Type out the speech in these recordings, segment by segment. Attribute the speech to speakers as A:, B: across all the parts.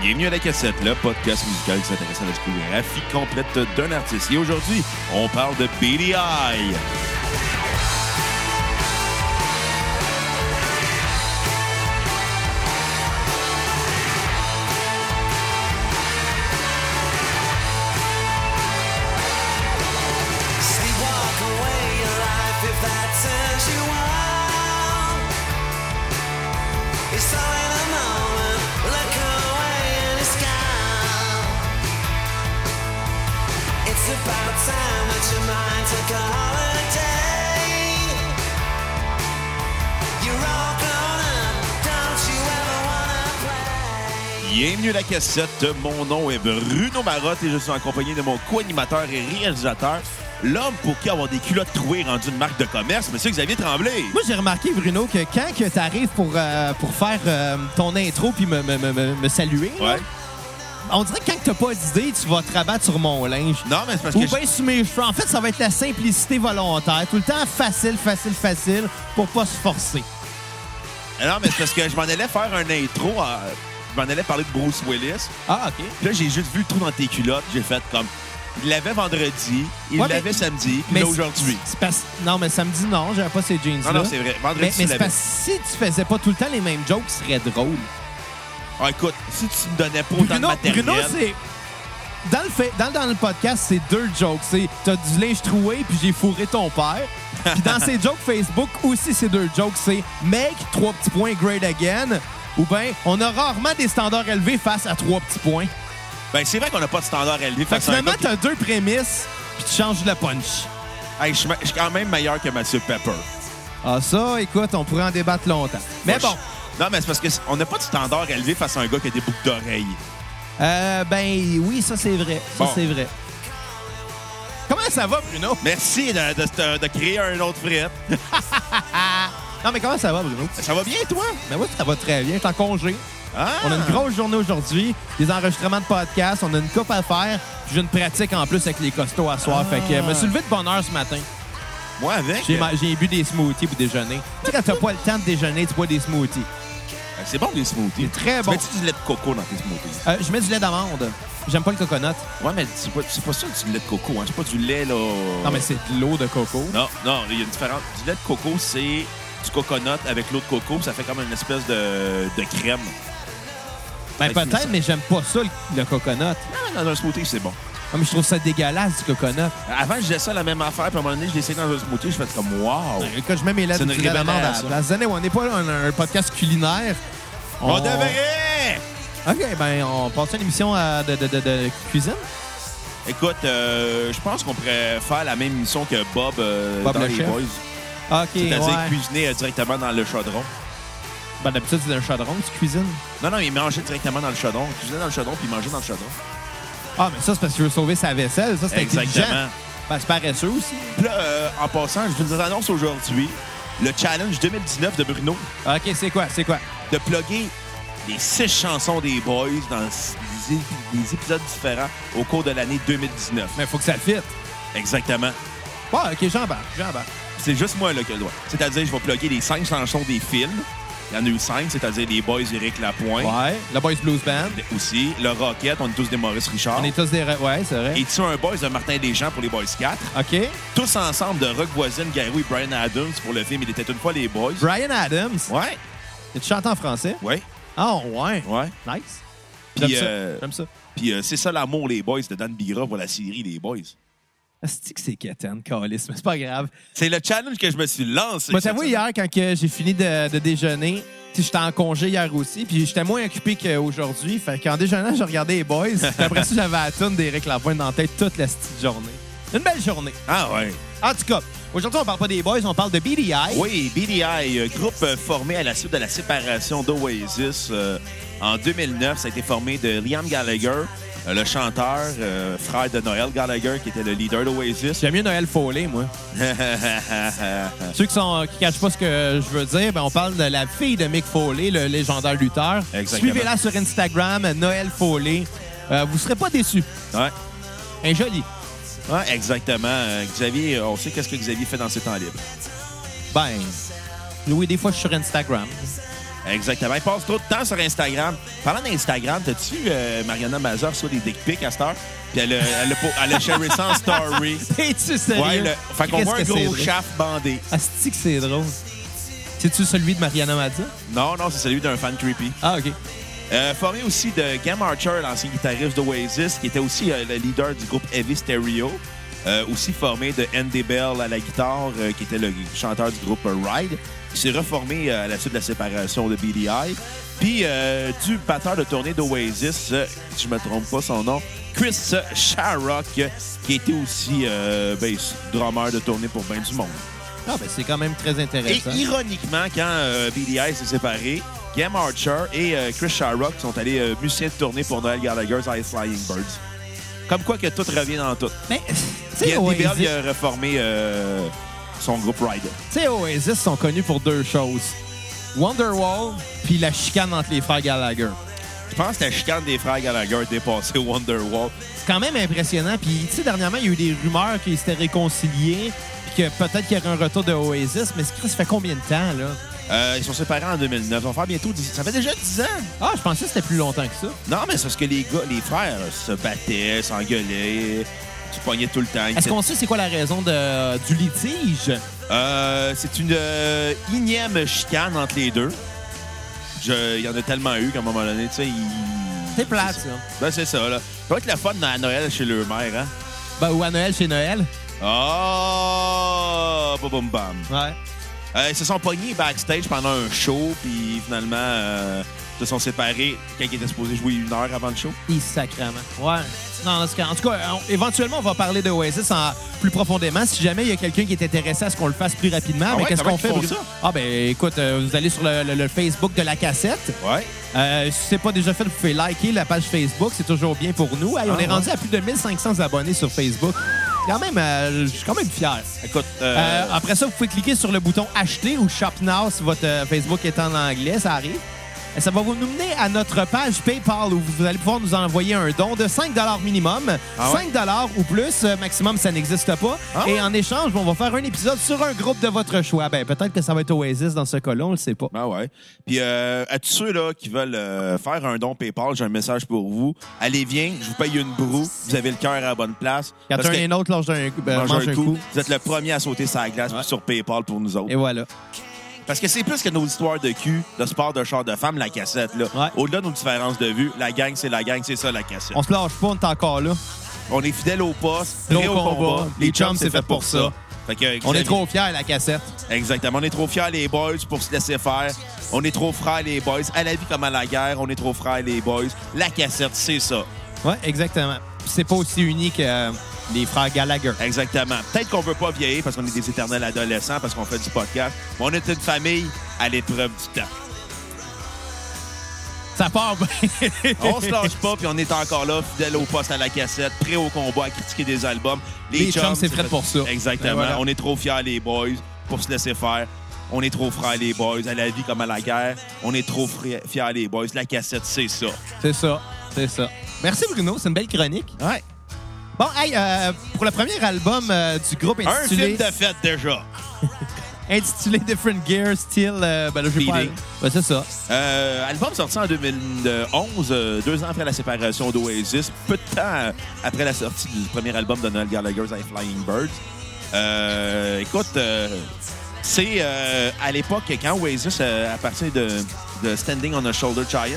A: Bienvenue à La Cassette, le podcast musical qui s'intéresse à la discographie complète d'un artiste. Et aujourd'hui, on parle de Billy Eye.
B: See, walk away your life if that turns you on. It's all in the moment. Look away and it's gone. It's about time that your mind took a holiday. You're all grown up. Don't you ever wanna play?
A: Bienvenue à La Cassette. Mon nom est Bruno Marotte et je suis en compagnie de mon co-animateur et réalisateur, l'homme pour qui avoir des culottes trouées est rendu une marque de commerce, Monsieur Xavier Tremblay.
C: Moi, j'ai remarqué, Bruno, que quand que t'arrives pour, euh, pour faire euh, ton intro puis me, me- me- me- me saluer, là,
A: Ouais.
C: on dirait que quand t'as pas d'idée, tu vas te rabattre sur mon linge.
A: Non, mais c'est parce
C: Ou
A: que... je-
C: bien sur mes cheveux. En fait, ça va être la simplicité volontaire. Tout le temps facile, facile, facile pour pas se forcer.
A: Ah Non, mais c'est parce que je m'en allais faire un intro. à- Je m'en allais parler de Bruce Willis.
C: Ah, OK.
A: Puis là, j'ai juste vu le trou dans tes culottes. J'ai fait comme... Il l'avait vendredi, il
C: Ouais, mais-
A: l'avait samedi, puis
C: Mais
A: là,
C: c'est-
A: aujourd'hui.
C: c'est parce- Non, mais samedi, non, j'avais pas ces jeans-là.
A: Non, non, c'est vrai. Vendredi,
C: Mais, mais
A: tu
C: c'est
A: l'avais.
C: parce que si tu faisais pas tout le temps les mêmes jokes, ce serait drôle.
A: Ah, écoute, si tu me donnais pas autant de
C: Bruno,
A: matériel...
C: Bruno, c'est. Dans le, fait, dans, dans le podcast, c'est deux jokes. C'est t'as du linge troué, puis j'ai fourré ton père. Puis dans ces jokes Facebook, aussi, c'est deux jokes. C'est mec, trois petits points, great again. Ou bien, on a rarement des standards élevés face à trois petits points.
A: Ben, c'est vrai qu'on n'a pas de standard élevé. Fait
C: Fait que
A: que c'est un
C: finalement,
A: gars qui-
C: t'as deux prémices, puis tu changes le punch.
A: Hey, je suis ma- je suis quand même meilleur que Mathieu Pepper.
C: Ah, ça, écoute, on pourrait en débattre longtemps. Mais
A: Moi,
C: bon,
A: je- Non, mais c'est parce qu'on n'a pas de standard élevé face à un gars qui a des boucles d'oreilles.
C: euh, ben oui, ça, c'est vrai. Ça,
A: Bon.
C: c'est vrai. Comment ça va, Bruno?
A: Merci de, de- de- de créer un autre frette.
C: Non, mais comment ça va, Bruno?
A: Ça va bien, toi?
C: Ben oui, ça va très bien. Je suis en congé.
A: Ah!
C: On a une grosse journée aujourd'hui. Des enregistrements de podcasts. On a une coupe à faire. Puis J'ai une pratique en plus avec les costauds à soir. Fait que euh, me suis levé de bonne heure ce matin.
A: Moi, avec.
C: J'ai ma- j'ai bu des smoothies pour déjeuner. Tu sais, quand t'as pas le temps de déjeuner, tu bois des smoothies.
A: Ben, C'est bon, les smoothies.
C: C'est très bon.
A: Tu mets du lait de coco dans tes smoothies?
C: Euh, je mets du lait d'amande. J'aime pas le coconut.
A: Ouais, mais c'est pas, c'est pas ça du lait de coco. Hein. C'est pas du lait, là...
C: Non, mais c'est de l'eau de coco.
A: Non, non, il y a une différence. Du lait de coco, c'est du coconut avec l'eau de coco. puis Ça fait comme une espèce de, de crème.
C: Ben peut-être, mais j'aime pas ça, le, le coconut.
A: Ah, mais dans un smoothie, c'est bon.
C: Non, mais je trouve ça dégueulasse, du coconut.
A: Avant, je disais ça la même affaire, puis à un moment donné, je l'ai essayé dans un smoothie, je fais comme wow.
C: Quand je mets mes lettres
A: Oh. C'est une
C: du lait d'amande à la
A: révélation.
C: place. Anyway, on n'est pas un, un podcast culinaire.
A: On devrait!
C: OK, ben on passe à une émission euh, de, de- de- de cuisine.
A: Écoute, euh, je pense qu'on pourrait faire la même mission que Bob, euh,
C: Bob
A: dans
C: le
A: les
C: chef.
A: Boys.
C: OK,
A: C'est-à-dire
C: ouais.
A: cuisiner euh, directement dans le chaudron.
C: Ben, d'habitude, c'est un chaudron que tu cuisines.
A: Non, non, il mangeait directement dans le chaudron. Il cuisinait dans le chaudron, puis il mangeait dans le chaudron.
C: Ah, mais ça, c'est parce qu'il veut sauver sa vaisselle. Ça, c'est intelligent. Ben, c'est paresseux aussi.
A: Puis là, euh, en passant, je vous annonce aujourd'hui le challenge 2019 de Bruno
C: OK, c'est quoi? C'est quoi?
A: de plugger les six chansons des Boys dans des, ép- des épisodes différents au cours de l'année 2019.
C: Mais faut que ça fitte.
A: Exactement.
C: Bon, OK, j'en bats. J'en bats.
A: C'est juste moi là, qui ai le doigt. C'est-à-dire, je vais plugger les cinq chansons des films. Il y en a eu cinq, c'est-à-dire les Boys, Eric Lapointe.
C: Ouais. Le Boys Blues Band.
A: aussi. Le Rocket, on est tous des Maurice Richard.
C: On est tous des... re- Ouais, c'est vrai.
A: Et tu as un boys de Martin Desjans pour les Boys 4.
C: OK.
A: Tous ensemble de Rock Voisine, Garou et Brian Adams pour le film Il était une fois les Boys.
C: Brian Adams.
A: Ouais,
C: Tu chantes en français?
A: ouais,
C: Oh, ouais.
A: ouais.
C: Nice.
A: Puis,
C: J'aime
A: euh,
C: ça. J'aime ça.
A: Puis euh, c'est ça l'amour les Boys de Dan Bira pour la série Les Boys.
C: Asti que c'est quétaine, calice, mais c'est pas grave.
A: C'est le challenge que je me suis lancé.
C: Moi,
A: cette
C: t'avoue,
A: semaine.
C: hier, quand que j'ai fini de, de déjeuner, tu sais, j'étais en congé hier aussi, puis j'étais moins occupé qu'aujourd'hui. Fait qu'en déjeunant, j'ai regardé les boys. puis après ça, j'avais la toune d'Éric Lapointe dans la tête toute la petite journée. Une belle journée.
A: Ah ouais.
C: En tout cas, aujourd'hui, on parle pas des boys, on parle de BDI.
A: Oui, BDI, euh, groupe euh, formé à la suite de la séparation d'Oasis euh, en 2009. Ça a été formé de Liam Gallagher, euh, le chanteur, euh, frère de Noël Gallagher, qui était le leader d'Oasis.
C: J'aime mieux Noël Follet, moi. Ceux qui sont qui cachent pas ce que je veux dire, ben on parle de la fille de Mick Foley, le légendaire lutteur.
A: Exactement.
C: Suivez-la sur Instagram, Noël Foley. Euh, vous serez pas déçus.
A: ouais.
C: Un joli.
A: Ouais, exactement. Euh, Xavier, euh, on sait qu'est-ce que Xavier fait dans ses temps libres.
C: Ben, oui, des fois, je suis sur Instagram.
A: Exactement. Ils passent trop de temps sur Instagram. Parlant d'Instagram, t'as-tu, euh, Mariana Mazur, soit des dick pics à cette heure? Puis elle, a- elle, a po- elle a shared ça en story.
C: Es-tu sérieux?
A: Ouais, le- fait qu'on
C: Qu'est-ce
A: voit un
C: que c'est
A: gros
C: drôle?
A: chaf bandé.
C: Asti que c'est drôle. C'est-tu celui de Mariana Mazza?
A: Non, non, c'est celui d'un fan creepy.
C: Ah, OK.
A: Euh, formé aussi de Gam Archer, l'ancien guitariste d'Oasis, qui était aussi euh, le leader du groupe Heavy Stereo. Euh, aussi formé de Andy Bell à la guitare, euh, qui était le chanteur du groupe Ride. Il s'est reformé euh, à la suite de la séparation de BDI. Puis euh, du batteur de tournée d'Oasis, euh, si je me trompe pas son nom, Chris Sharrock, euh, qui était aussi euh, ben, drummer de tournée pour ben du monde.
C: Ah, ben c'est quand même très
A: Et
C: intéressant.
A: ironiquement, quand euh, BDI s'est séparé, Game Archer et euh, Chris Sharrock sont allés euh, musiciens de tournée pour Noël Gallagher's Ice Flying Birds. Comme quoi que tout revient dans tout.
C: Mais, tu
A: Puis
C: sais,
A: Andy Bell il
C: Oasis,
A: a reformé euh, son groupe Ride.
C: tu sais, Oasis sont connus pour deux choses. Wonderwall, puis la chicane entre les frères Gallagher.
A: Je pense que la chicane des frères Gallagher dépassait Wonderwall.
C: C'est quand même impressionnant. Puis, tu sais, dernièrement, il y a eu des rumeurs qu'ils s'étaient réconciliés, puis que peut-être qu'il y aurait un retour de Oasis. Mais ça fait combien de temps, là?
A: Euh, ils sont séparés en 2009. On va faire bientôt 10 Ça fait déjà 10 ans.
C: Ah, je pensais que c'était plus longtemps que ça.
A: Non, mais c'est parce que les gars, les frères euh, se battaient, s'engueulaient, se pognaient tout le temps. Ils
C: Est-ce qu'on sait c'est quoi la raison de- du litige?
A: Euh, c'est une euh, énième chicane entre les deux. Je- Il y en a tellement eu qu'à un moment donné, tu sais, ils-
C: C'est plate,
A: c'est
C: ça.
A: Ben, c'est ça, là. Ça va être la fun à Noël chez le maire, hein?
C: Ben, ou à Noël, chez Noël.
A: Oh! Bam, bam, bam.
C: Ouais.
A: Euh, ils se sont pognés backstage pendant un show, puis finalement, euh, ils se sont séparés quand ils étaient supposés jouer une heure avant le show.
C: Et sacrement. Ouais. Non, en tout cas, en tout cas, on- éventuellement, on va parler de Oasis en- plus profondément. Si jamais il y a quelqu'un qui est intéressé à ce qu'on le fasse plus rapidement,
A: Ah
C: mais
A: ouais,
C: qu'est-ce
A: comment
C: qu'on
A: ils
C: fait?
A: font
C: Bruno?
A: ça?
C: Ah ben, écoute, euh, vous allez sur le, le- le Facebook de la cassette.
A: Ouais.
C: Euh, si c'est pas déjà fait, vous pouvez liker la page Facebook. C'est toujours bien pour nous. Hey, on
A: Ah,
C: est rendu à plus de 1500 abonnés sur Facebook. Quand même, euh, je suis quand même fier.
A: Écoute, euh,
C: Euh, après ça, vous pouvez cliquer sur le bouton acheter ou shop now si votre euh, Facebook est en anglais, ça arrive. Et ça va vous nous mener à notre page PayPal où vous allez pouvoir nous envoyer un don de 5 minimum,
A: Ah ouais?
C: 5 ou plus, euh, maximum ça n'existe pas.
A: Ah
C: Et
A: ouais?
C: en échange, on va faire un épisode sur un groupe de votre choix. Ben peut-être que ça va être Oasis dans ce cas-là, on le sait pas.
A: Ben ouais. Puis euh, à tous ceux là, qui veulent euh, faire un don PayPal, j'ai un message pour vous. Allez, viens, je vous paye une broue. Vous avez le cœur à la bonne place.
C: Quand
A: Parce
C: un
A: que-
C: et l'autre lance un coup, ben,
A: euh, mange un coup. Vous êtes le premier à sauter sa glace sur PayPal pour nous autres.
C: Et voilà.
A: Parce que c'est plus que nos histoires de cul, de sport, de char, de femme, la cassette. là.
C: Ouais.
A: Au-delà de nos différences de vue, la gang, c'est la gang, c'est ça la cassette.
C: On se lâche pas, on est encore là.
A: On, est fidèles au poste,
C: Nos
A: prêts au combat.
C: combats.
A: Les chums, c'est fait pour ça. Fait que,
C: On
A: Xavier-
C: est trop fiers, la cassette.
A: Exactement. On est trop fiers, les boys, pour se laisser faire. On est trop frères, les boys. À la vie comme à la guerre, on est trop frères, les boys. La cassette, c'est ça.
C: Ouais, exactement. Puis C'est pas aussi unique que euh, les frères Gallagher.
A: Exactement. Peut-être qu'on veut pas vieillir parce qu'on est des éternels adolescents, parce qu'on fait du podcast. Mais on est une famille à l'épreuve du temps.
C: Ça part bien.
A: On se lâche pas, puis on est encore là, fidèle au poste, à la cassette, prêt au combat, à critiquer des albums.
C: Les chums, c'est fait pour ça.
A: Exactement.
C: Ben voilà.
A: On est trop fiers, les boys, pour se laisser faire. On est trop frères, les boys, à la vie comme à la guerre. On est trop fri- fiers, les boys. La cassette, c'est ça.
C: C'est ça, c'est ça. Merci Bruno, c'est une belle chronique.
A: Ouais.
C: Bon, hey, euh, pour le premier album euh, du groupe
A: Un film
C: intitulé,
A: de fête, déjà.
C: intitulé Different Gear, Still, euh, ben là, je vais pas.
A: Feeling.
C: Ben, c'est ça.
A: Euh, album sorti en 2011, euh, deux ans après la séparation d'Oasis, peu de temps euh, après la sortie du premier album de Noel Gallagher's I Flying Birds. Euh, écoute, euh, c'est euh, à l'époque quand Oasis, euh, à partir de, de Standing on a Shoulder Giants,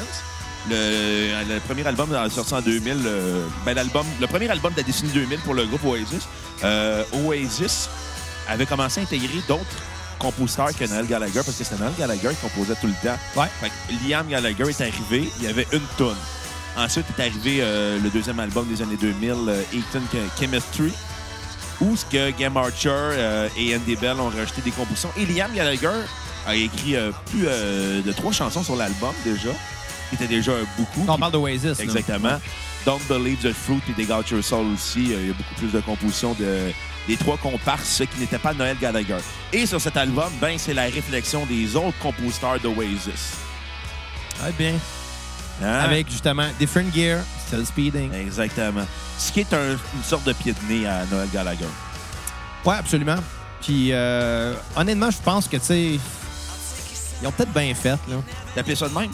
A: le, le premier album sorti en 2000, euh, ben, l'album, le premier album de la décennie 2000 pour le groupe Oasis, euh, Oasis avait commencé à intégrer d'autres compositeurs que Noel Gallagher, parce que c'était Noel Gallagher qui composait tout le temps.
C: Ouais.
A: Fait que Liam Gallagher est arrivé, il y avait une tonne. Ensuite est arrivé euh, le deuxième album des années 2000, euh, Eaton Ch- Chemistry, où ce que Game Archer euh, et Andy Bell ont rejeté des compositions. Et Liam Gallagher a écrit euh, plus euh, de trois chansons sur l'album déjà, qui était déjà beaucoup.
C: On parle d'Oasis. là.
A: Exactement. Don't Believe the Fruit et Dig Out Your Soul aussi. Euh, Il y a beaucoup plus de compositions de, des trois comparses qui n'étaient pas Noël Gallagher. Et sur cet album, ben, c'est la réflexion des autres compositeurs d'Oasis.
C: Ah, bien.
A: Hein?
C: Avec justement Different Gear, Still Speeding.
A: Exactement. Ce qui est un- une sorte de pied de nez à Noël Gallagher.
C: Ouais, absolument. Puis, euh, honnêtement, je pense que, tu sais, Ils ont peut-être bien fait, là.
A: T'appelais ça de même?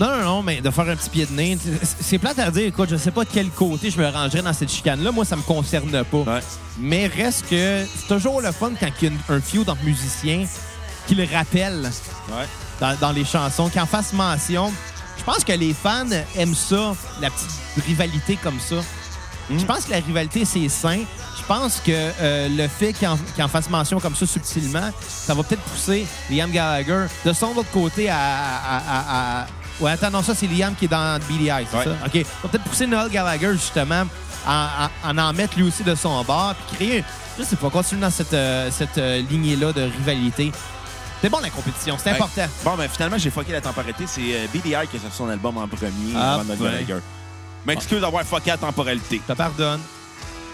C: Non, non, non, mais de faire un petit pied de nez. tu- c'est- C'est plate à dire, écoute, je sais pas de quel côté je me rangerais dans cette chicane-là. Moi, ça me concerne pas.
A: Ouais.
C: Mais reste que c'est toujours le fun quand il y a une- un feud entre musiciens qui le rappelle
A: Ouais.
C: dans, dans les chansons, qui en fasse mention. Je pense que les fans aiment ça, la petite rivalité comme ça.
A: Hmm.
C: Je pense que la rivalité, c'est sain. Je pense que euh, le fait qu'il en, qu'il en fasse mention comme ça subtilement, ça va peut-être pousser Liam Gallagher de son autre côté à. à- à- à- Ouais, attends, non, ça, c'est Liam qui est dans Billy Eyes, c'est
A: Ouais.
C: ça? OK. Ça va peut-être pousser Noel Gallagher, justement, à, à- à en mettre lui aussi de son bord, puis créer, je sais pas, continuer dans cette, euh, cette euh, lignée-là de rivalité. C'est bon, la compétition, c'est
A: Ouais.
C: important.
A: Bon, ben finalement, j'ai fucké la temporalité. C'est euh, Billy Eye qui a sorti son album en premier
C: Ah,
A: avant Noel
C: ben.
A: Gallagher. M'excuse d'avoir fucké la temporalité.
C: Je te pardonne.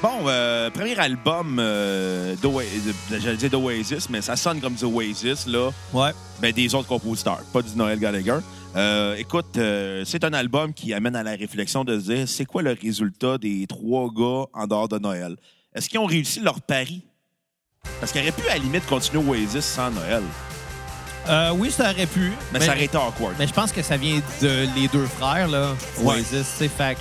A: Bon, euh, premier album euh, d'Oa- de- j'allais dire d'Oasis, mais ça sonne comme du Oasis, là.
C: Ouais.
A: Ben, des autres compositeurs, pas du Noël Gallagher. Euh, écoute, euh, c'est un album qui amène à la réflexion de se dire c'est quoi le résultat des trois gars en dehors de Noël Est-ce qu'ils ont réussi leur pari Parce qu'ils auraient pu, à la limite, continuer Oasis sans Noël.
C: Euh, oui, ça aurait pu.
A: Mais, ça aurait été awkward.
C: Mais je pense que ça vient de les deux frères, là.
A: Ouais.
C: Oasis, c'est fac.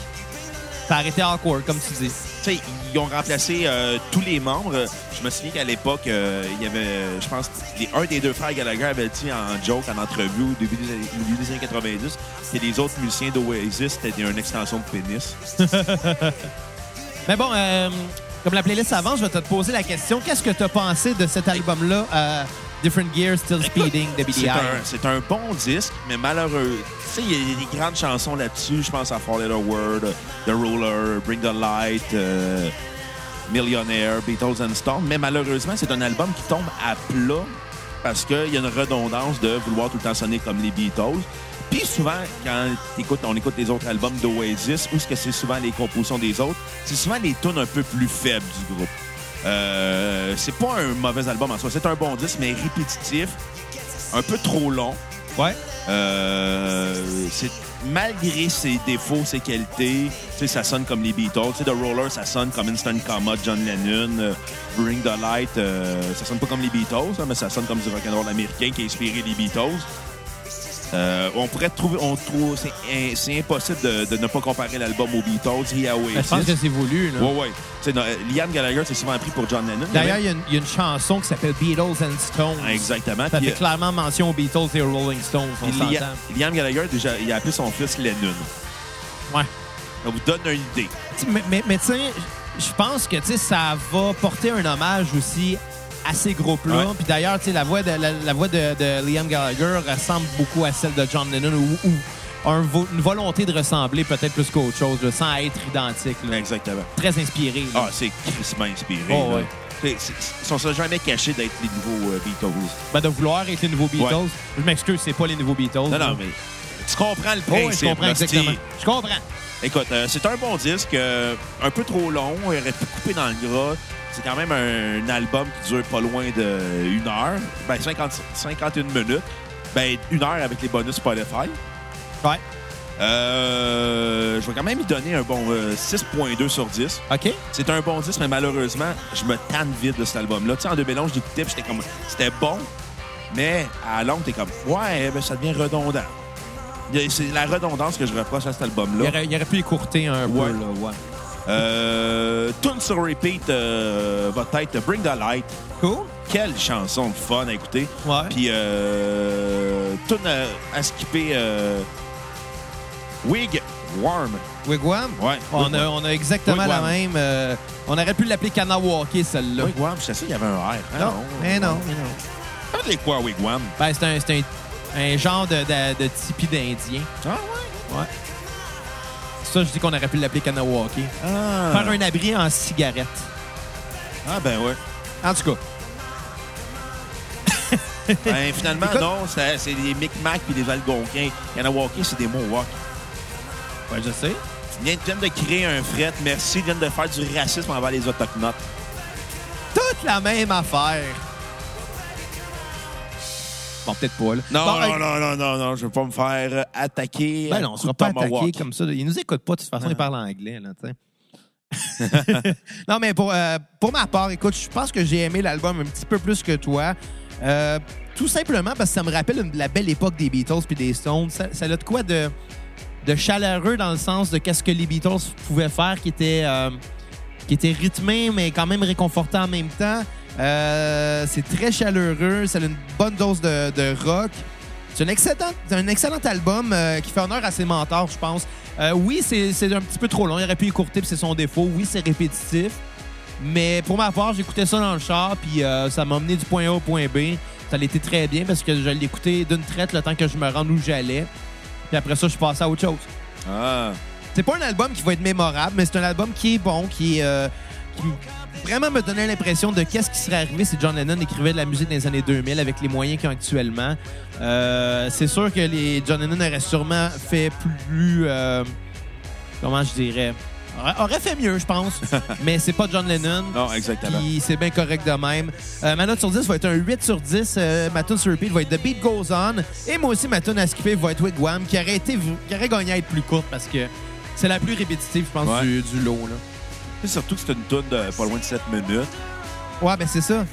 C: Ça a arrêté awkward, comme tu dis.
A: Tu sais, ils ont remplacé euh, tous les membres. Je me souviens qu'à l'époque, euh, il y avait, euh, je pense, les- un des deux frères Gallagher avait dit en joke, en entrevue au début des, années- au milieu des années 90, que les autres musiciens d'Oasis, c'était une extension de pénis.
C: Mais bon, euh, comme la playlist avance, je vais te poser la question. Qu'est-ce que tu as pensé de cet album-là, euh, Different Gears, Still Speeding, de BDI?
A: C'est un, c'est un bon disque, mais malheureux. Tu sais, il y a des grandes chansons là-dessus. Je pense à Four Letter Word, The Ruler, Bring the Light, euh, Millionaire, Beatles and Storm. Mais malheureusement, c'est un album qui tombe à plat parce qu'il y a une redondance de vouloir tout le temps sonner comme les Beatles. Puis souvent, quand t'écoutes- on écoute les autres albums d'Oasis, où ce que c'est souvent les compositions des autres, c'est souvent les tunes un peu plus faibles du groupe. Euh, c'est pas un mauvais album en soi, c'est un bon disque, mais répétitif un peu trop long.
C: Ouais.
A: Euh, c'est- malgré ses défauts, ses qualités, tu sais, ça sonne comme les Beatles. Tu sais, The Roller, ça sonne comme Instant Coma, de John Lennon. Euh, Bring the Light, euh, ça sonne pas comme les Beatles, hein, mais ça sonne comme du rock'n'roll américain qui a inspiré les Beatles. Euh, on pourrait trouver, on trouve, c'est in- c'est impossible de, de ne pas comparer l'album aux Beatles et à
C: Mais Ben, je pense que
A: Oasis.
C: c'est voulu, là.
A: Ouais, ouais. Tu sais, non, euh, Liam Gallagher s'est souvent pris pour John Lennon.
C: D'ailleurs, il y a une- il y, a une chanson qui s'appelle Beatles and Stones.
A: exactement.
C: Ça
A: Puis,
C: fait
A: euh,
C: clairement mention aux Beatles et aux Rolling Stones, on
A: Puis Liam,
C: s'entend.
A: Liam Gallagher, déjà, il a appelé son fils Lennon.
C: Ouais.
A: Ça vous donne une idée.
C: Tu- Mais, mais, mais tu sais, je pense que tu sais, ça va porter un hommage aussi à ces groupes-là.
A: Ouais.
C: Puis d'ailleurs, tu sais, la voix, de, la, la voix de, de Liam Gallagher ressemble beaucoup à celle de John Lennon ou, ou un vo- une volonté de ressembler peut-être plus qu'autre chose, là, sans être identique. là.
A: Exactement.
C: Très inspiré. là.
A: Ah, c'est crissement inspiré.
C: Oh,
A: là.
C: ouais.
A: C'est- c'est- Ils ne sont jamais cachés d'être les nouveaux euh, Beatles.
C: Ben, de vouloir être les nouveaux Beatles.
A: Ouais.
C: Je m'excuse, c'est pas les nouveaux Beatles.
A: Non,
C: là.
A: non, mais tu comprends le
C: Oh, ouais,
A: principe.
C: je comprends
A: là, c'est-
C: exactement. Je comprends.
A: Écoute, euh, c'est un bon disque, euh, un peu trop long, il aurait pu couper dans le gras. C'est quand même un, un album qui dure pas loin de une heure, ben 50 51 minutes, ben une heure avec les bonus Spotify.
C: Ouais.
A: Euh, je vais quand même y donner un bon euh, 6.2 sur 10.
C: OK?
A: C'est un bon 10, mais malheureusement, je me tanne vite de cet album-là. Tu sais, en 2011, je l'écoutais, puis j'étais comme... C'était bon, mais à long, t'es comme... Ouais, ben ça devient redondant. Il y a- C'est la redondance que je reproche à cet
C: Il
A: album-là.
C: aurait, il aurait pu écourter un
A: Ouais.
C: peu. Là, ouais.
A: Euh, Tune sur repeat, euh, votre tête, Bring the Light.
C: Cool.
A: Quelle chanson de fun à écouter.
C: Ouais.
A: Puis euh, Tune à, à skipper, euh, Wig Warm.
C: Wigwam?
A: Ouais.
C: On a, on a exactement
A: Wigwam.
C: la même. euh, on aurait pu l'appeler Kanawake, celle-là.
A: Wigwam, je sais qu'il y avait un R. hein,
C: Non, mais non.
A: Ça veut dire quoi, Wigwam?
C: Ben, c'est un, c'est un- un genre de, de, de tipi d'Indien.
A: Ah ouais?
C: Ouais. Ça, je dis qu'on aurait pu l'appeler Kanawake. Faire
A: Ah,
C: un abri en cigarette.
A: Ah, ben ouais.
C: En tout cas,
A: Ben, finalement,
C: Écoute-
A: non, c'est c'est des Micmacs puis des Algonquins. Kanawake, c'est des Mohawks.
C: ouais, je sais.
A: Ils viennent- viennent de créer un fret. Merci, ils viennent de faire du racisme envers les Autochtones.
C: Toute la même affaire. Bon, peut-être pas, là.
A: Non,
C: Bon,
A: non,
C: euh,
A: non, non, non, non, je veux pas me faire euh, attaquer.
C: Ben
A: à
C: non, on
A: coups
C: sera
A: de
C: pas attaqué
A: tomahawk.
C: comme ça. Ils nous écoutent pas, de toute façon, ils parlent anglais, là, tu sais. non, mais pour, euh, pour ma part, écoute, je pense que j'ai aimé l'album un petit peu plus que toi. Euh, tout simplement parce que ça me rappelle une- la belle époque des Beatles puis des Stones. Ça, ça a de quoi de, de chaleureux dans le sens de qu'est-ce que les Beatles pouvaient faire qui était, euh, qui était rythmé mais quand même réconfortant en même temps. Euh, c'est très chaleureux, ça a une bonne dose de, de rock. C'est un excellent, c'est un excellent album euh, qui fait honneur à ses mentors, je pense. Euh, oui, c'est c'est un petit peu trop long. Il aurait pu écourter, puis c'est son défaut. Oui, c'est répétitif. Mais pour ma part, j'écoutais ça dans le char, puis euh, ça m'a emmené du point A au point B. Ça a été très bien parce que je l'écoutais d'une traite le temps que je me rende où j'allais. Puis après ça, je passais à autre chose.
A: Ah.
C: C'est pas un album qui va être mémorable, mais c'est un album qui est bon, qui est. euh, qui vraiment me donnait l'impression de qu'est-ce qui serait arrivé si John Lennon écrivait de la musique dans les années 2000 avec les moyens qu'ils ont actuellement. Euh, c'est sûr que les John Lennon aurait sûrement fait plus. euh, comment je dirais Aurait- Aurait fait mieux, je pense. mais c'est pas John Lennon.
A: Non, exactement.
C: Puis c'est bien correct de même. Euh, ma note sur 10 va être un 8 sur 10. Euh, ma tune sur repeat va être The Beat Goes On. Et moi aussi, ma tune à skipper va être Wigwam, qui aurait, été, qui aurait gagné à être plus courte parce que c'est la plus répétitive, je pense,
A: Ouais.
C: du, du lot. Là.
A: C'est surtout que c'est une toune de pas loin de 7 minutes.
C: Ouais, ben c'est ça.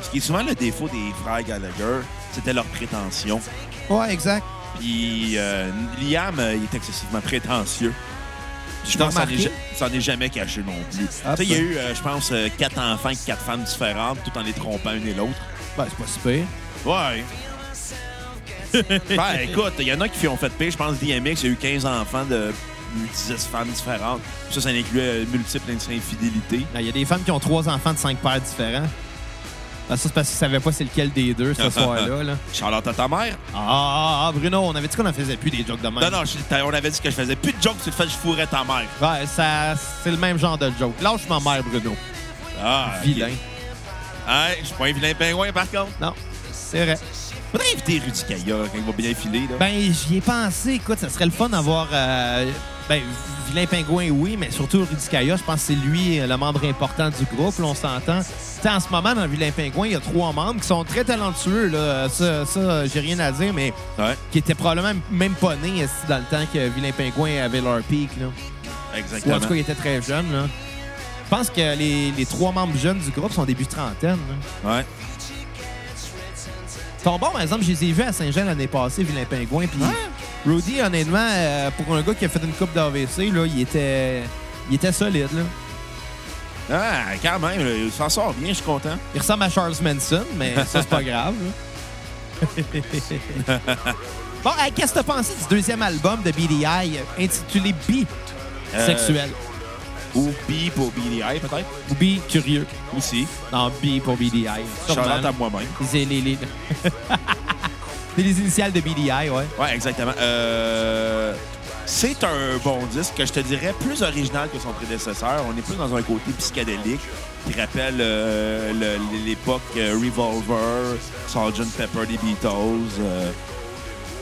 A: Ce qui est souvent le défaut des frères Gallagher, c'était leur prétention.
C: Ouais, exact.
A: Puis euh, Liam, euh, il est excessivement prétentieux. Puis Je
C: T'as
A: pense que ça n'est
C: remarqué?
A: ja- ça n'est jamais caché non plus.
C: Ah,
A: tu sais, il y a
C: ça.
A: eu, euh, je pense, euh, quatre enfants et quatre femmes différentes, tout en les trompant une et l'autre.
C: Ben, c'est pas super.
A: Ouais. ben, écoute, il y en a qui ont fait pire. Je pense DMX, il y a eu 15 enfants de 10 femmes différentes. Ça, ça incluait euh, multiples infidélités.
C: Il Ben, y a des femmes qui ont trois enfants de cinq pères différents. Ben, ça, c'est parce qu'ils savaient pas c'est lequel des deux ce soir-là. là.
A: Charlotte à ta mère?
C: Ah, ah, ah, Bruno, on avait dit qu'on en faisait plus des jokes de même.
A: Non, non, je- t'as- on avait dit que je faisais plus de jokes, tu le fais, je fourrais ta mère.
C: Ouais, Ben, ça, c'est le même genre de joke. Lâche ma mère, Bruno.
A: Ah, ok.
C: Vilain.
A: Ouais, je suis pas un vilain pingouin, par contre.
C: Non, c'est vrai.
A: Faudrait inviter Rudy Kaya quand il va bien filer, là.
C: Ben, j'y ai pensé. Écoute, ça serait le fun d'avoir. euh, ben, Vilain Pingouin, oui, mais surtout Rudy Kaya, je pense que c'est lui euh, le membre important du groupe, là, on s'entend. Tu sais, en ce moment, dans Vilain Pingouin, il y a trois membres qui sont très talentueux, là. Ça, ça j'ai rien à dire, mais
A: Ouais,
C: qui étaient probablement même pas nés esti, dans le temps que Vilain Pingouin avait leur pic, là. Ou
A: exactement.
C: en tout cas, ils étaient très jeunes, là. Je pense que les, les trois membres jeunes du groupe sont début trentaine, là.
A: ouais.
C: Ils sont bons, par exemple, je les ai vus à Saint-Jean l'année passée, Vilain Pingouin. Puis Rudy, honnêtement, euh, pour un gars qui a fait une coupe d'AVC, là, il était, il était solide. Là.
A: Ah, quand même, là, il s'en sort bien, je suis content.
C: Il ressemble à Charles Manson, mais ça, c'est pas grave. là. bon, hey, qu'est-ce que t'as pensé du deuxième album de BDI euh, intitulé Bi
A: Euh,
C: sexuel
A: Ou B pour Billy Eye, peut-être.
C: ou Bi curieux?
A: Aussi.
C: Non, Bi pour BDI. sûrement,
A: Charlotte
C: là.
A: à moi-même.
C: C'est les, les... C'est les initiales de BDI, ouais.
A: Ouais, exactement. Euh, C'est un bon disque que je te dirais plus original que son prédécesseur. On est plus dans un côté psychédélique qui rappelle euh, le- l'époque euh, Revolver, Sgt. Pepper des Beatles. euh,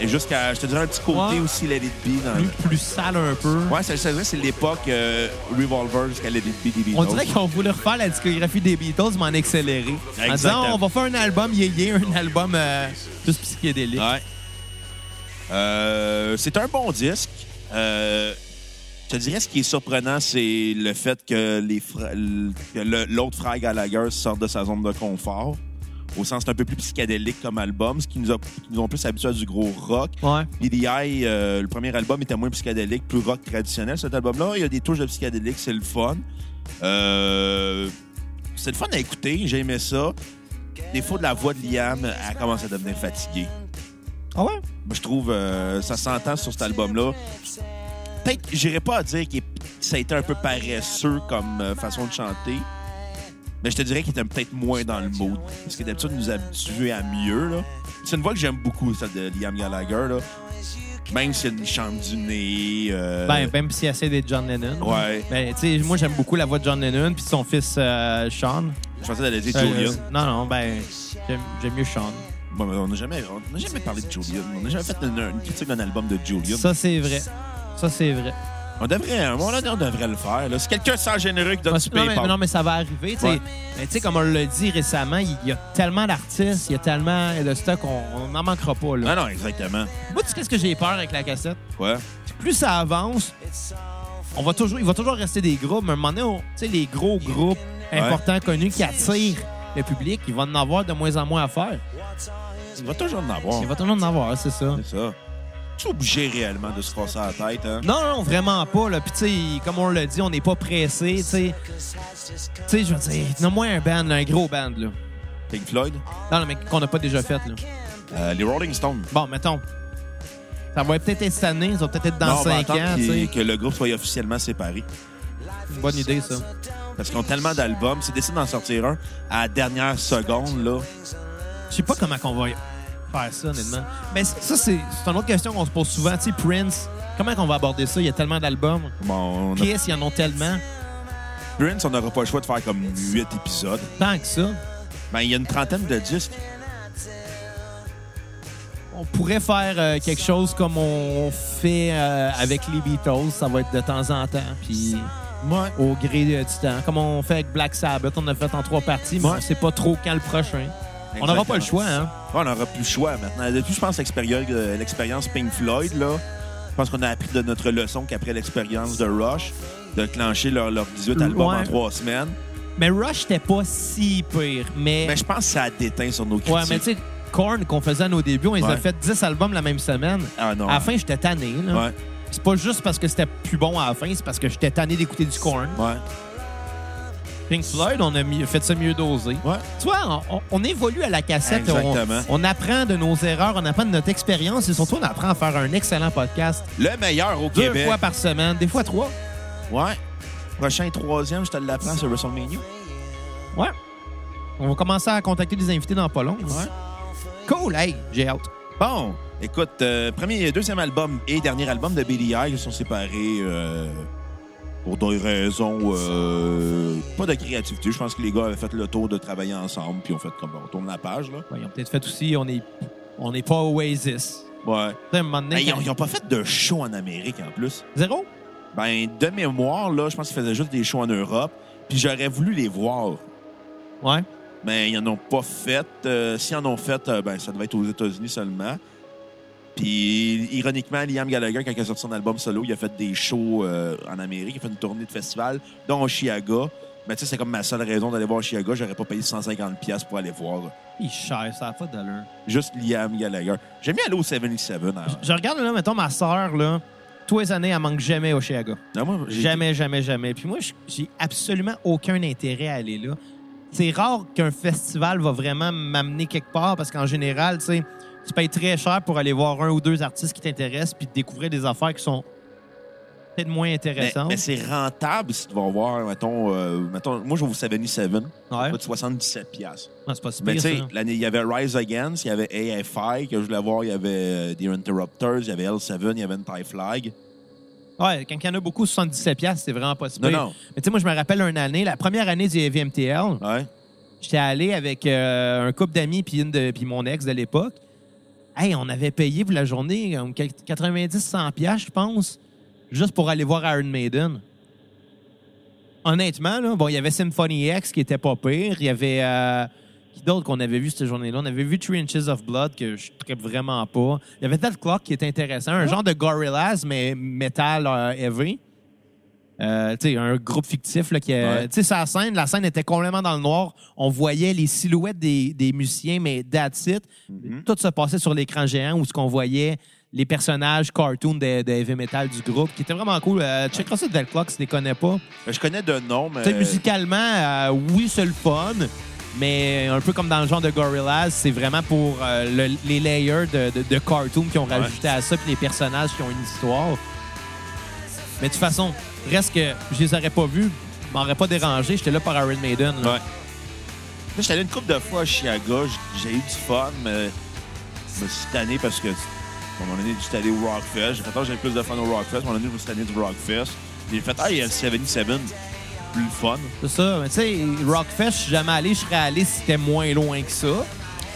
A: et jusqu'à, je te dirais, un petit côté
C: Ouais.
A: aussi Let It Be. Dans,
C: Plus, plus sale un peu.
A: Ouais, c'est c'est vrai, c'est l'époque euh, Revolver jusqu'à Let It Be des Beatles.
C: On dirait qu'on voulait refaire la discographie des Beatles, mais en accéléré. En
A: Exactement.
C: disant, on va faire un album yéyé, un album euh, plus psychédélique.
A: Ouais. Euh, c'est un bon disque. Euh, je te dirais, ce qui est surprenant, c'est le fait que les fra- l- que le- l'autre frère Gallagher sorte de sa zone de confort. Au sens, c'est un peu plus psychédélique comme album, ce qui nous a qui nous ont plus habitués à du gros rock.
C: Ouais.
A: BDI, euh, le premier album était moins psychédélique, plus rock traditionnel. Cet album-là, il y a des touches de psychédélique, c'est le fun. Euh, c'est le fun à écouter, j'ai aimé ça. Défaut de la voix de Liam, elle commence à devenir fatiguée.
C: Ah ouais?
A: Moi, je trouve euh, ça s'entend sur cet album-là. Peut-être, j'irais pas à dire que ça a été un peu paresseux comme euh, façon de chanter, mais je te dirais qu'il était peut-être moins dans le mood. Parce que d'habitude, il nous habituait à mieux. là. C'est une voix que j'aime beaucoup, celle de Liam Gallagher. Là. Même si elle chante du nez. euh,
C: Ben, même si c'est des John Lennon.
A: Ouais.
C: Ben, tu sais, moi, j'aime beaucoup la voix de John Lennon puis son fils euh, Sean.
A: Je pensais d'aller dire
C: Euh,
A: Julian.
C: non, non, ben, j'aime j'aime mieux Sean.
A: Bon, mais on n'a jamais, on n'a jamais parlé de Julian. On n'a jamais fait une, une critique d'un album de Julian.
C: Ça, c'est vrai. Ça, c'est vrai.
A: On devrait, à un moment donné, on devrait le faire. là. Si quelqu'un sent généreux qui donne du
C: non, mais,
A: PayPal.
C: non, mais ça va arriver. tu sais.
A: Ouais.
C: Mais tu sais, comme on l'a dit récemment, il y a tellement d'artistes, il y a tellement de stock, on n'en manquera pas. Là.
A: Ah non, exactement.
C: Moi, tu sais, qu'est-ce que j'ai peur avec la cassette?
A: Ouais.
C: plus ça avance, on va toujours, il va toujours rester des groupes, mais à un moment donné, on- tu sais, les gros groupes importants, connus, qui attirent le public, il va en avoir de moins en moins à faire.
A: Il va toujours en avoir.
C: Il va toujours en avoir, c'est ça.
A: C'est ça. Tu es obligé réellement de se casser la tête, hein?
C: Non, non, vraiment pas. Là. Puis, tu sais, comme on l'a dit, on n'est pas pressé. Tu sais, Tu sais, je veux dire, nomme-moi un band, là, un gros band. Là.
A: Pink Floyd,
C: Non, non, mais qu'on n'a pas déjà fait. Là.
A: euh, les Rolling Stones.
C: Bon, mettons. Ça va peut-être être cette année, ça va peut-être être dans
A: Non, ben, on va
C: 5
A: attendre
C: ans. tu
A: qu'il-
C: sais.
A: que le groupe soit officiellement séparé.
C: Bonne idée, ça.
A: Parce qu'ils ont tellement d'albums, c'est décidé d'en sortir un à la dernière seconde, là.
C: Je sais pas comment qu'on va faire ça, honnêtement. Mais c- ça, c'est c'est une autre question qu'on se pose souvent. Tu sais, Prince, comment qu'on va aborder ça? Il y a tellement d'albums.
A: Bon, on a-
C: Kiss, ils en ont tellement.
A: Prince, on n'aura pas le choix de faire comme 8 épisodes.
C: Tant que ça,
A: Ben, il y a une trentaine de disques.
C: on pourrait faire euh, quelque chose comme on fait euh, avec les Beatles. Ça va être de temps en temps, puis
A: Moi,
C: au gré euh, du temps. Comme on fait avec Black Sabbath, on a fait en trois parties, mais
A: Ouais.
C: on sait pas trop quand le prochain. On n'aura pas le choix, hein?
A: on n'aura plus le choix maintenant. Depuis, je pense, l'expérience euh, l'expérience Pink Floyd, là, je pense qu'on a appris de notre leçon qu'après l'expérience de Rush, de clencher leur, leur 18
C: Ouais.
A: albums en trois semaines.
C: Mais Rush, c'était pas si pire, mais...
A: Mais je pense que ça a déteint sur nos critiques.
C: Ouais, mais tu sais, Korn qu'on faisait à nos débuts, on les
A: Ouais.
C: a fait 10 albums la même semaine.
A: Ah non.
C: À la fin, j'étais tanné. là.
A: Ouais,
C: C'est pas juste parce que c'était plus bon à la fin, c'est parce que j'étais tanné d'écouter du Korn.
A: ouais.
C: Pink Floyd, on a mi- fait ça mieux dosé.
A: Ouais.
C: Tu vois, on, on évolue à la cassette. On,
A: Exactement.
C: on apprend de nos erreurs, on apprend de notre expérience et surtout, on apprend à faire un excellent podcast
A: Le meilleur au
C: deux
A: Québec.
C: fois par semaine, des fois trois.
A: Ouais. Prochain troisième, je te l'apprends sur WrestleMania.
C: Ouais. On va commencer à contacter des invités dans pas long.
A: Ouais.
C: Cool, hey, j'ai hâte.
A: Bon, écoute, euh, premier, deuxième album et dernier album de Billy Eilish sont séparés euh, pour des raisons euh, pas de créativité. Je pense que les gars avaient fait le tour de travailler ensemble, puis ont fait comme on tourne la page là.
C: Ouais, ils ont peut-être fait aussi, on est, on est pas Oasis.
A: Ouais.
C: Tu sais, à un moment donné,
A: Ben, ils, ont,
C: quand-
A: ils ont pas fait de show en Amérique en plus.
C: Zéro?
A: Ben de mémoire là, je pense qu'ils faisaient juste des shows en Europe. Puis j'aurais voulu les voir,
C: Ouais.
A: mais ils en ont pas fait. Euh, S'ils en ont fait, euh, ben ça devait être aux États-Unis seulement. Puis, ironiquement, Liam Gallagher, quand il a sorti son album solo, il a fait des shows euh, en Amérique, il a fait une tournée de festival, dont Chiaga. Mais tu sais, c'est comme ma seule raison d'aller voir Chiaga. J'aurais pas payé 150$ pour aller voir
C: Il est cher, ça n'a pas d'allure.
A: juste Liam Gallagher. J'aime bien aller au 77. hein.
C: Je regarde, là, mettons, ma sœur, là, tous les années, elle manque jamais au Chiaga.
A: Non, moi, j'ai-
C: Jamais, jamais, jamais. Puis moi, je- j'ai absolument aucun intérêt à aller là. C'est rare qu'un festival va vraiment m'amener quelque part parce qu'en général, tu sais, tu payes très cher pour aller voir un ou deux artistes qui t'intéressent puis découvrir des affaires qui sont peut-être moins
A: Mais,
C: intéressantes.
A: mais c'est rentable si tu vas voir, mettons, euh, mettons moi, je vais au 77.
C: Ouais.
A: coûte 77$.
C: Ouais, Ah, c'est pas si
A: Mais tu
C: pire,
A: sais,
C: ça.
A: l'année- il y avait Rise Against, il y avait AFI que je voulais voir, il y avait euh, The Interrupters, il y avait L7, il y avait Anti Flag.
C: Ouais, quand il y en a beaucoup, 77$, c'est vraiment pas si
A: Non,
C: pire.
A: non.
C: Mais tu sais, moi, je me rappelle une année, la première année du VMTL,
A: Ouais.
C: J'étais allé avec euh, un couple d'amis puis une de puis mon ex de l'époque. Hey, on avait payé pour la journée comme quel- 90 100 pièces, je pense, juste pour aller voir Iron Maiden. Honnêtement là, bon, il y avait Symphony X qui était pas pire, il y avait euh, qui d'autre qu'on avait vu cette journée-là, on avait vu Three Inches of Blood que je tripe vraiment pas. Il y avait Dead Clock qui était intéressant, un genre de Gorillaz mais metal euh, heavy. Euh, tu sais, un groupe fictif là, qui a-
A: Ouais.
C: tu sais, sa scène, la scène était complètement dans le noir. On voyait les silhouettes des, des musiciens, mais that's it. Tout se passait sur l'écran géant où ce qu'on voyait les personnages cartoon de, de heavy metal du groupe, qui était vraiment cool. Euh, checkera ça de Dead Clock si tu les connais pas.
A: Je connais de nom, mais.
C: Tu sais, musicalement, euh, oui, c'est le fun, mais un peu comme dans le genre de Gorillaz, c'est vraiment pour euh, le- les layers de, de, de cartoon qui ont rajouté à ça, puis les personnages qui ont une histoire. Mais de toute façon, reste que je les aurais pas vus, m'aurais pas dérangé, j'étais là par Iron Maiden. là.
A: Ouais. Là, j'étais allé une couple de fois à Chiaga, j- j'ai eu du fun, mais je me suis tanné parce que, à un moment donné, j'étais allé au Rockfest. J'ai fait, Ah, j'ai plus de fun au Rockfest. À un moment donné, je me suis tanné du Rockfest. J'ai fait, ah, il y a le 77, plus le fun.
C: C'est ça, mais tu sais, Rockfest, je suis jamais allé, je serais allé si c'était moins loin que ça.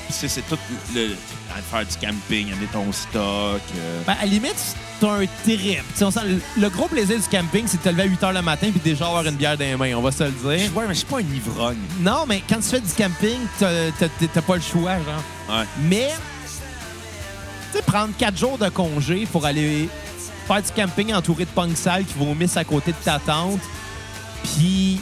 A: Puis c'est c'est tout le. à Faire du camping, amener ton stock. euh,
C: Ben, à la limite, c'est un trip. Tu sais, on sent- le, le gros plaisir du camping, c'est de te lever à 8 h le matin puis déjà avoir une bière dans les mains, on va se le dire.
A: Ouais, mais je suis pas un ivrogne.
C: Non, mais quand tu fais du camping, t'as- t'as t'as pas le choix, genre.
A: Ouais.
C: Mais, tu sais, prendre quatre jours de congé pour aller faire du camping entouré de punk sales qui vomissent à côté de ta tente, puis...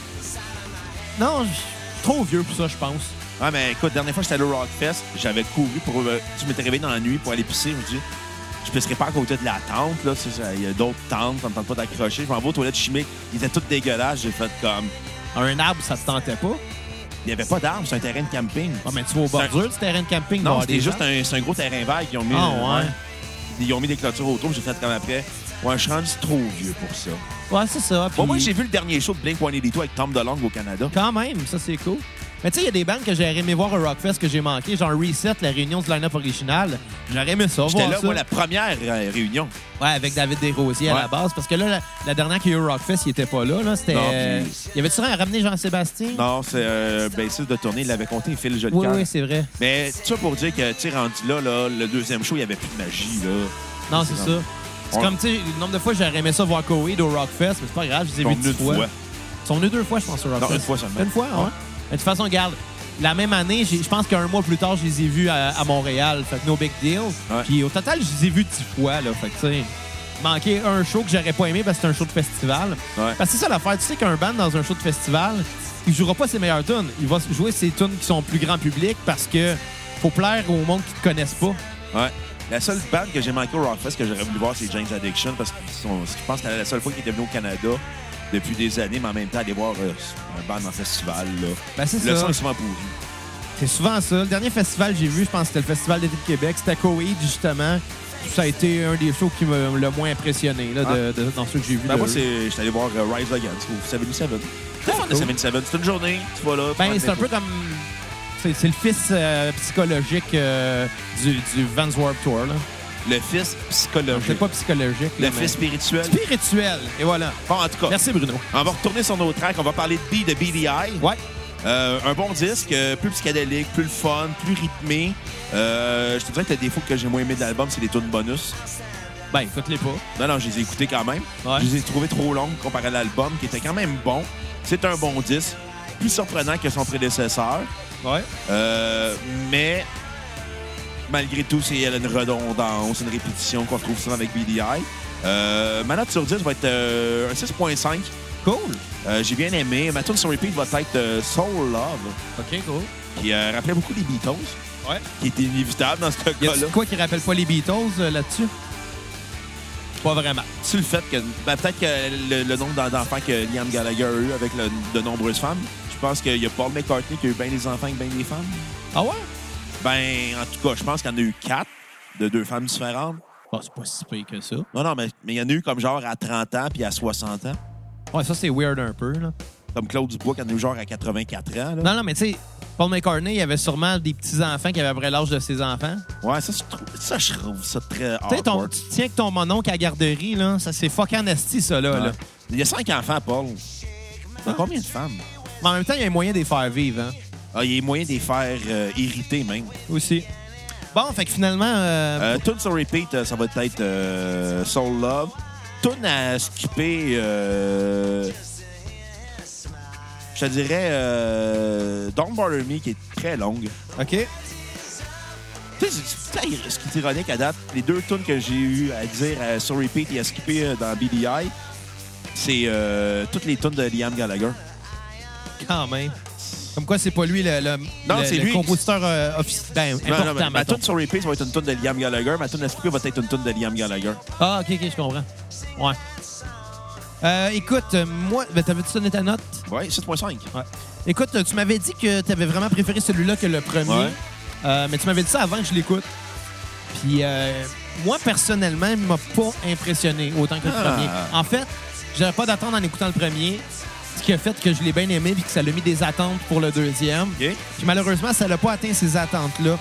C: Non, je suis trop vieux pour ça, je pense.
A: Ah, mais écoute, dernière fois que j'étais allé au Rockfest, j'avais couru pour. euh, je m'étais réveillé dans la nuit pour aller pisser. Je me dis, je pisserai pas à côté de la tente, là. c'est ça, Il y a d'autres tentes, ça me tente pas d'accrocher. Je m'en vais aux toilettes chimiques. Ils étaient toutes dégueulasses. J'ai fait comme.
C: Un arbre, ça te tentait pas.
A: Il n'y avait pas d'arbres, c'est un terrain de camping.
C: Ah, mais tu vas au
A: C'est un-
C: bordure du terrain de camping.
A: Non,
C: voir
A: c'était
C: des
A: juste
C: gens.
A: un, c'est un gros terrain vert qu'ils ont mis.
C: Ah,
A: euh,
C: ouais.
A: Ils ont mis des clôtures autour, puis j'ai fait comme après. Ouais, je suis rendu trop vieux pour ça.
C: Ouais, c'est ça.
A: Bon,
C: puis-
A: moi, j'ai vu le dernier show de Blink-182 avec Tom DeLonge au Canada.
C: Quand même, ça c'est cool. Mais tu sais, il y a des bandes que j'aurais aimé voir au Rockfest que j'ai manqué, genre Reset, la réunion du line-up original. J'aurais aimé ça,
A: J'étais
C: voir
A: là,
C: ça.
A: moi, la première euh, réunion.
C: Ouais, avec David Desrosiers à
A: Ouais.
C: la base. Parce que là, la, la dernière qu'il y a eu au Rockfest, il était pas là. là C'était.
A: Non,
C: euh,
A: puis-
C: Il y avait-tu rien à ramener Jean-Sébastien?
A: Non, c'est euh, bassiste de tournée, il l'avait compté, il fait le jeu de
C: Oui, oui, c'est vrai.
A: Mais tout ça pour dire que, tu sais, rendu là, là, le deuxième show, il n'y avait plus de magie, là.
C: Non, c'est
A: C'est
C: ça. C'est
A: On-
C: comme, tu sais, le nombre de fois j'aurais aimé ça voir Coheed au Rockfest, mais c'est pas grave, je les ai
A: Ils sont
C: vus
A: venus
C: dix
A: une
C: fois.
A: fois.
C: Ils sont venus deux fois, je pense, au Rockfest.
A: une fois seulement.
C: Une fois, ouais.
A: Ouais.
C: Mais de toute façon, regarde, la même année, j'ai- je pense qu'un mois plus tard, je les ai vus à, à Montréal. Fait que no big deal.
A: Ouais.
C: Puis au total, je les ai vus dix fois, là. Fait que, tu sais, manquer un show que j'aurais pas aimé parce que c'est un show de festival.
A: Ouais.
C: Parce que c'est ça l'affaire. Tu sais qu'un band dans un show de festival, il jouera pas ses meilleures tunes. Il va jouer ses tunes qui sont plus grand public parce que faut plaire au monde qui te connaissent pas.
A: Ouais. La seule bande que j'ai manqué au Rockfest que j'aurais voulu voir, c'est James Addiction, parce que je pense que c'était la seule fois qu'il était venu au Canada depuis des années, mais en même temps, aller voir euh, un band en festival, là.
C: Ben, c'est
A: Le
C: ça.
A: son est souvent pourri.
C: C'est souvent ça. Le dernier festival que j'ai vu, je pense que c'était le Festival d'été de Québec. C'était à Coheed, justement. Ça a été un des shows qui m'a le moins impressionné là, de- de- dans ceux que j'ai vus.
A: Ben,
C: de
A: moi,
C: eux.
A: c'est. J'étais allé voir euh, Rise Against au 77. C'est le fun de
C: Ah, cool.
A: 77. C'est une journée, tu vas là. tu prends
C: Ben, c'est un
A: tes
C: peu comme... C'est c'est le fils euh, psychologique euh, du, du Vans Warped Tour. là. Euh,
A: Le fils
C: C'est
A: psychologique.
C: pas psychologique.
A: Le
C: là, mais-
A: fils spirituel.
C: Spirituel. Et voilà.
A: Bon, en tout cas,
C: Merci, Bruno.
A: on va retourner sur nos tracks. On va parler de B de BDI.
C: Ouais.
A: Euh, un bon disque, euh, plus psychédélique, plus le fun, plus rythmé. Euh, je te dirais que le défaut que j'ai moins aimé de l'album, c'est les tunes bonus.
C: Ben, écoute-les pas.
A: Non, non, je les ai écoutés quand même.
C: Ouais.
A: Je les ai trouvés trop longues comparé à l'album, qui était quand même bon. C'est un bon disque, plus surprenant que son prédécesseur.
C: Ouais.
A: Euh, mais malgré tout, c'est elle a une redondance, une répétition qu'on retrouve souvent avec BDI. Euh, ma note sur 10 va être euh, un 6.5.
C: Cool.
A: Euh, J'ai bien aimé. Ma tune sur repeat va être euh, Soul Love,
C: OK, cool.
A: qui euh, rappelait beaucoup les Beatles,
C: Ouais.
A: qui était inévitable dans ce
C: Y a-tu
A: cas-là.
C: de quoi qui rappelle pas les Beatles euh, là-dessus? Pas vraiment.
A: Sur le fait que ben, peut-être que le, le nombre d'en- d'enfants que Liam Gallagher a eu avec le- de nombreuses femmes, je pense qu'il y a Paul McCartney qui a eu bien des enfants avec bien des femmes.
C: Ah ouais?
A: Ben, en tout cas, je pense qu'il y en a eu quatre de deux femmes différentes.
C: Bon, Ah, c'est pas si pire que ça.
A: Non, non, mais mais il y en a eu comme genre à 30 ans puis à 60 ans.
C: Ouais, ça, c'est weird un peu, là.
A: Comme Claude Dubois qui en a eu genre à 84 ans. là.
C: Non, non, mais tu sais, Paul McCartney, il avait sûrement des petits-enfants qui avaient après l'âge de ses enfants.
A: Ouais, ça, je trouve ça, je trouve ça très
C: Tu sais, ton-
A: awkward.
C: tu tiens que ton mononcle à la garderie, là, ça, c'est fucking esti, ça, là.
A: Ouais.
C: là.
A: Il y a cinq enfants, Paul. Il y a combien de femmes?
C: Mais en même temps, il y a un moyen de les faire vivre, hein,
A: Ah, il y a moyen de les faire euh, irriter, même.
C: aussi. Bon, fait que finalement, euh,
A: Euh, tune sur repeat, euh, ça va être euh, Soul Love. Tune à skipper, euh, je te dirais euh, Don't Bother Me, qui est très longue.
C: OK.
A: Tu sais, c'est- c'est- c'est- ce qui est ironique à date, les deux tunes que j'ai eu à dire euh, sur repeat et à skipper euh, dans BDI, c'est euh, toutes les tunes de Liam Gallagher.
C: Quand même. Comme quoi, c'est pas lui le, le-
A: Non,
C: le-
A: c'est
C: le
A: lui.
C: compositeur euh, offici- ben,
A: Non,
C: important,
A: non, ma- ma
C: mettons.
A: tune sur repeat, ça va être une tune de Liam Gallagher. Ma tune à skipper va être une tune de Liam Gallagher.
C: Ah, OK, OK, je comprends. Ouais. Euh, écoute, euh, moi, ben, t'avais-tu donné ta note?
A: Ouais, 6.5.
C: Ouais. Écoute, euh, tu m'avais dit que tu avais vraiment préféré celui-là que le premier.
A: Ouais.
C: Euh, mais tu m'avais dit ça avant que je l'écoute. Puis euh, moi, personnellement, il m'a pas impressionné autant que le
A: Ah.
C: premier. En fait, j'avais pas d'attente en écoutant le premier. Ce qui a fait que je l'ai bien aimé puis que ça l'a mis des attentes pour le deuxième.
A: OK?
C: Puis malheureusement, ça l'a pas atteint ces attentes-là.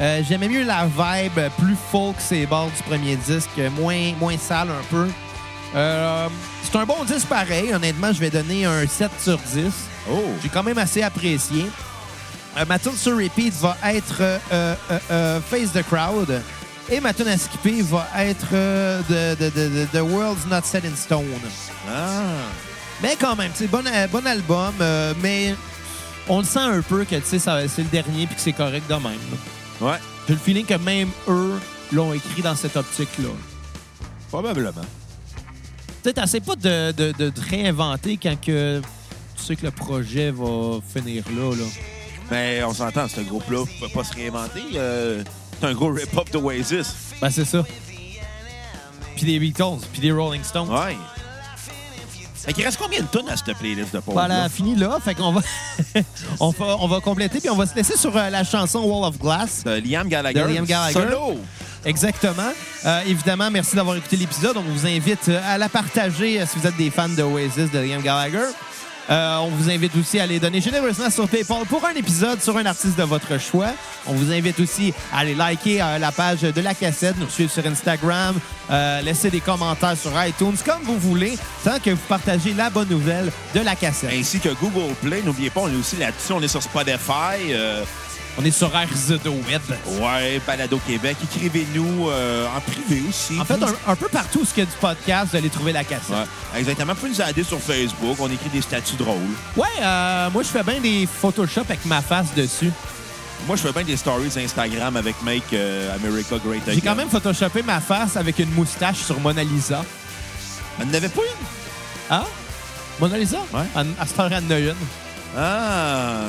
C: Euh, J'aimais mieux la vibe euh, plus folk ses bords du premier disque, euh, moins, moins sale un peu. Euh, C'est un bon disque pareil. Honnêtement, je vais donner un 7 sur 10.
A: Oh!
C: J'ai quand même assez apprécié. Euh, ma tune sur repeat va être euh, euh, euh, euh, Face the Crowd. Et ma tune à skipper va être euh, The, the- the- the- the World's Not Set in Stone.
A: Ah!
C: Mais quand même, c'est bon, euh, bon album, euh, mais on le sent un peu que tu sais, ça- c'est le dernier puis que c'est correct de même. là.
A: Ouais,
C: J'ai le feeling que même eux l'ont écrit dans cette optique-là.
A: probablement.
C: Tu sais, t'essaies pas de, de- de te réinventer quand que tu sais que le projet va finir là. là.
A: Mais on s'entend, ce groupe-là ne peut pas se réinventer. euh, c'est un gros rip-hop d'Oasis.
C: Ben, c'est ça. Puis des Beatles, puis des Rolling Stones.
A: Ouais. Fait qu'il reste combien de tonnes à cette playlist de Paul?
C: Voilà, fini là. Fait qu'on va, on va, on va compléter, puis on va se laisser sur euh, la chanson Wall of Glass.
A: De Liam Gallagher.
C: De Liam Gallagher.
A: Solo!
C: Exactement. Euh, évidemment, merci d'avoir écouté l'épisode. On vous invite euh, à la partager euh, si vous êtes des fans de Oasis, de Liam Gallagher. Euh, on vous invite aussi à aller donner généreusement sur PayPal pour un épisode sur un artiste de votre choix. On vous invite aussi à aller liker euh, la page de la cassette, nous suivre sur Instagram, euh, laisser des commentaires sur iTunes, comme vous voulez, tant que vous partagez la bonne nouvelle de la cassette.
A: Ainsi que Google Play. N'oubliez pas, on est aussi là-dessus. On est sur Spotify. euh,
C: On est sur RZO Web.
A: ouais, Balado Québec. Écrivez-nous euh, en privé aussi.
C: En fait, un, un peu partout où il y a du podcast, vous allez trouver la cassette.
A: Ouais, exactement. Vous pouvez nous aider sur Facebook. On écrit des statuts drôles.
C: Ouais, euh, moi, je fais bien des Photoshop avec ma face dessus.
A: Moi, je fais bien des stories Instagram avec Make euh, America Great Again.
C: J'ai quand même photoshopé ma face avec une moustache sur Mona Lisa.
A: Elle n'avait pas une.
C: Hein? Mona Lisa?
A: Ouais.
C: À, à cette heure, elle en a une.
A: Ah!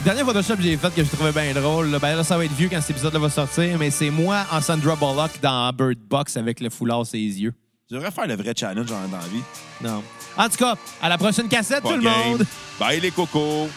C: Le Dernier Photoshop que j'ai fait que je trouvais bien drôle, là, ben là, ça va être vieux quand cet épisode-là va sortir, mais c'est moi en Sandra Bullock dans Bird Box avec le foulard sur les yeux.
A: Je devrais faire le vrai challenge en dans la vie.
C: Non. En tout cas, à la prochaine cassette,
A: Pas
C: tout le
A: game.
C: monde!
A: Bye les cocos!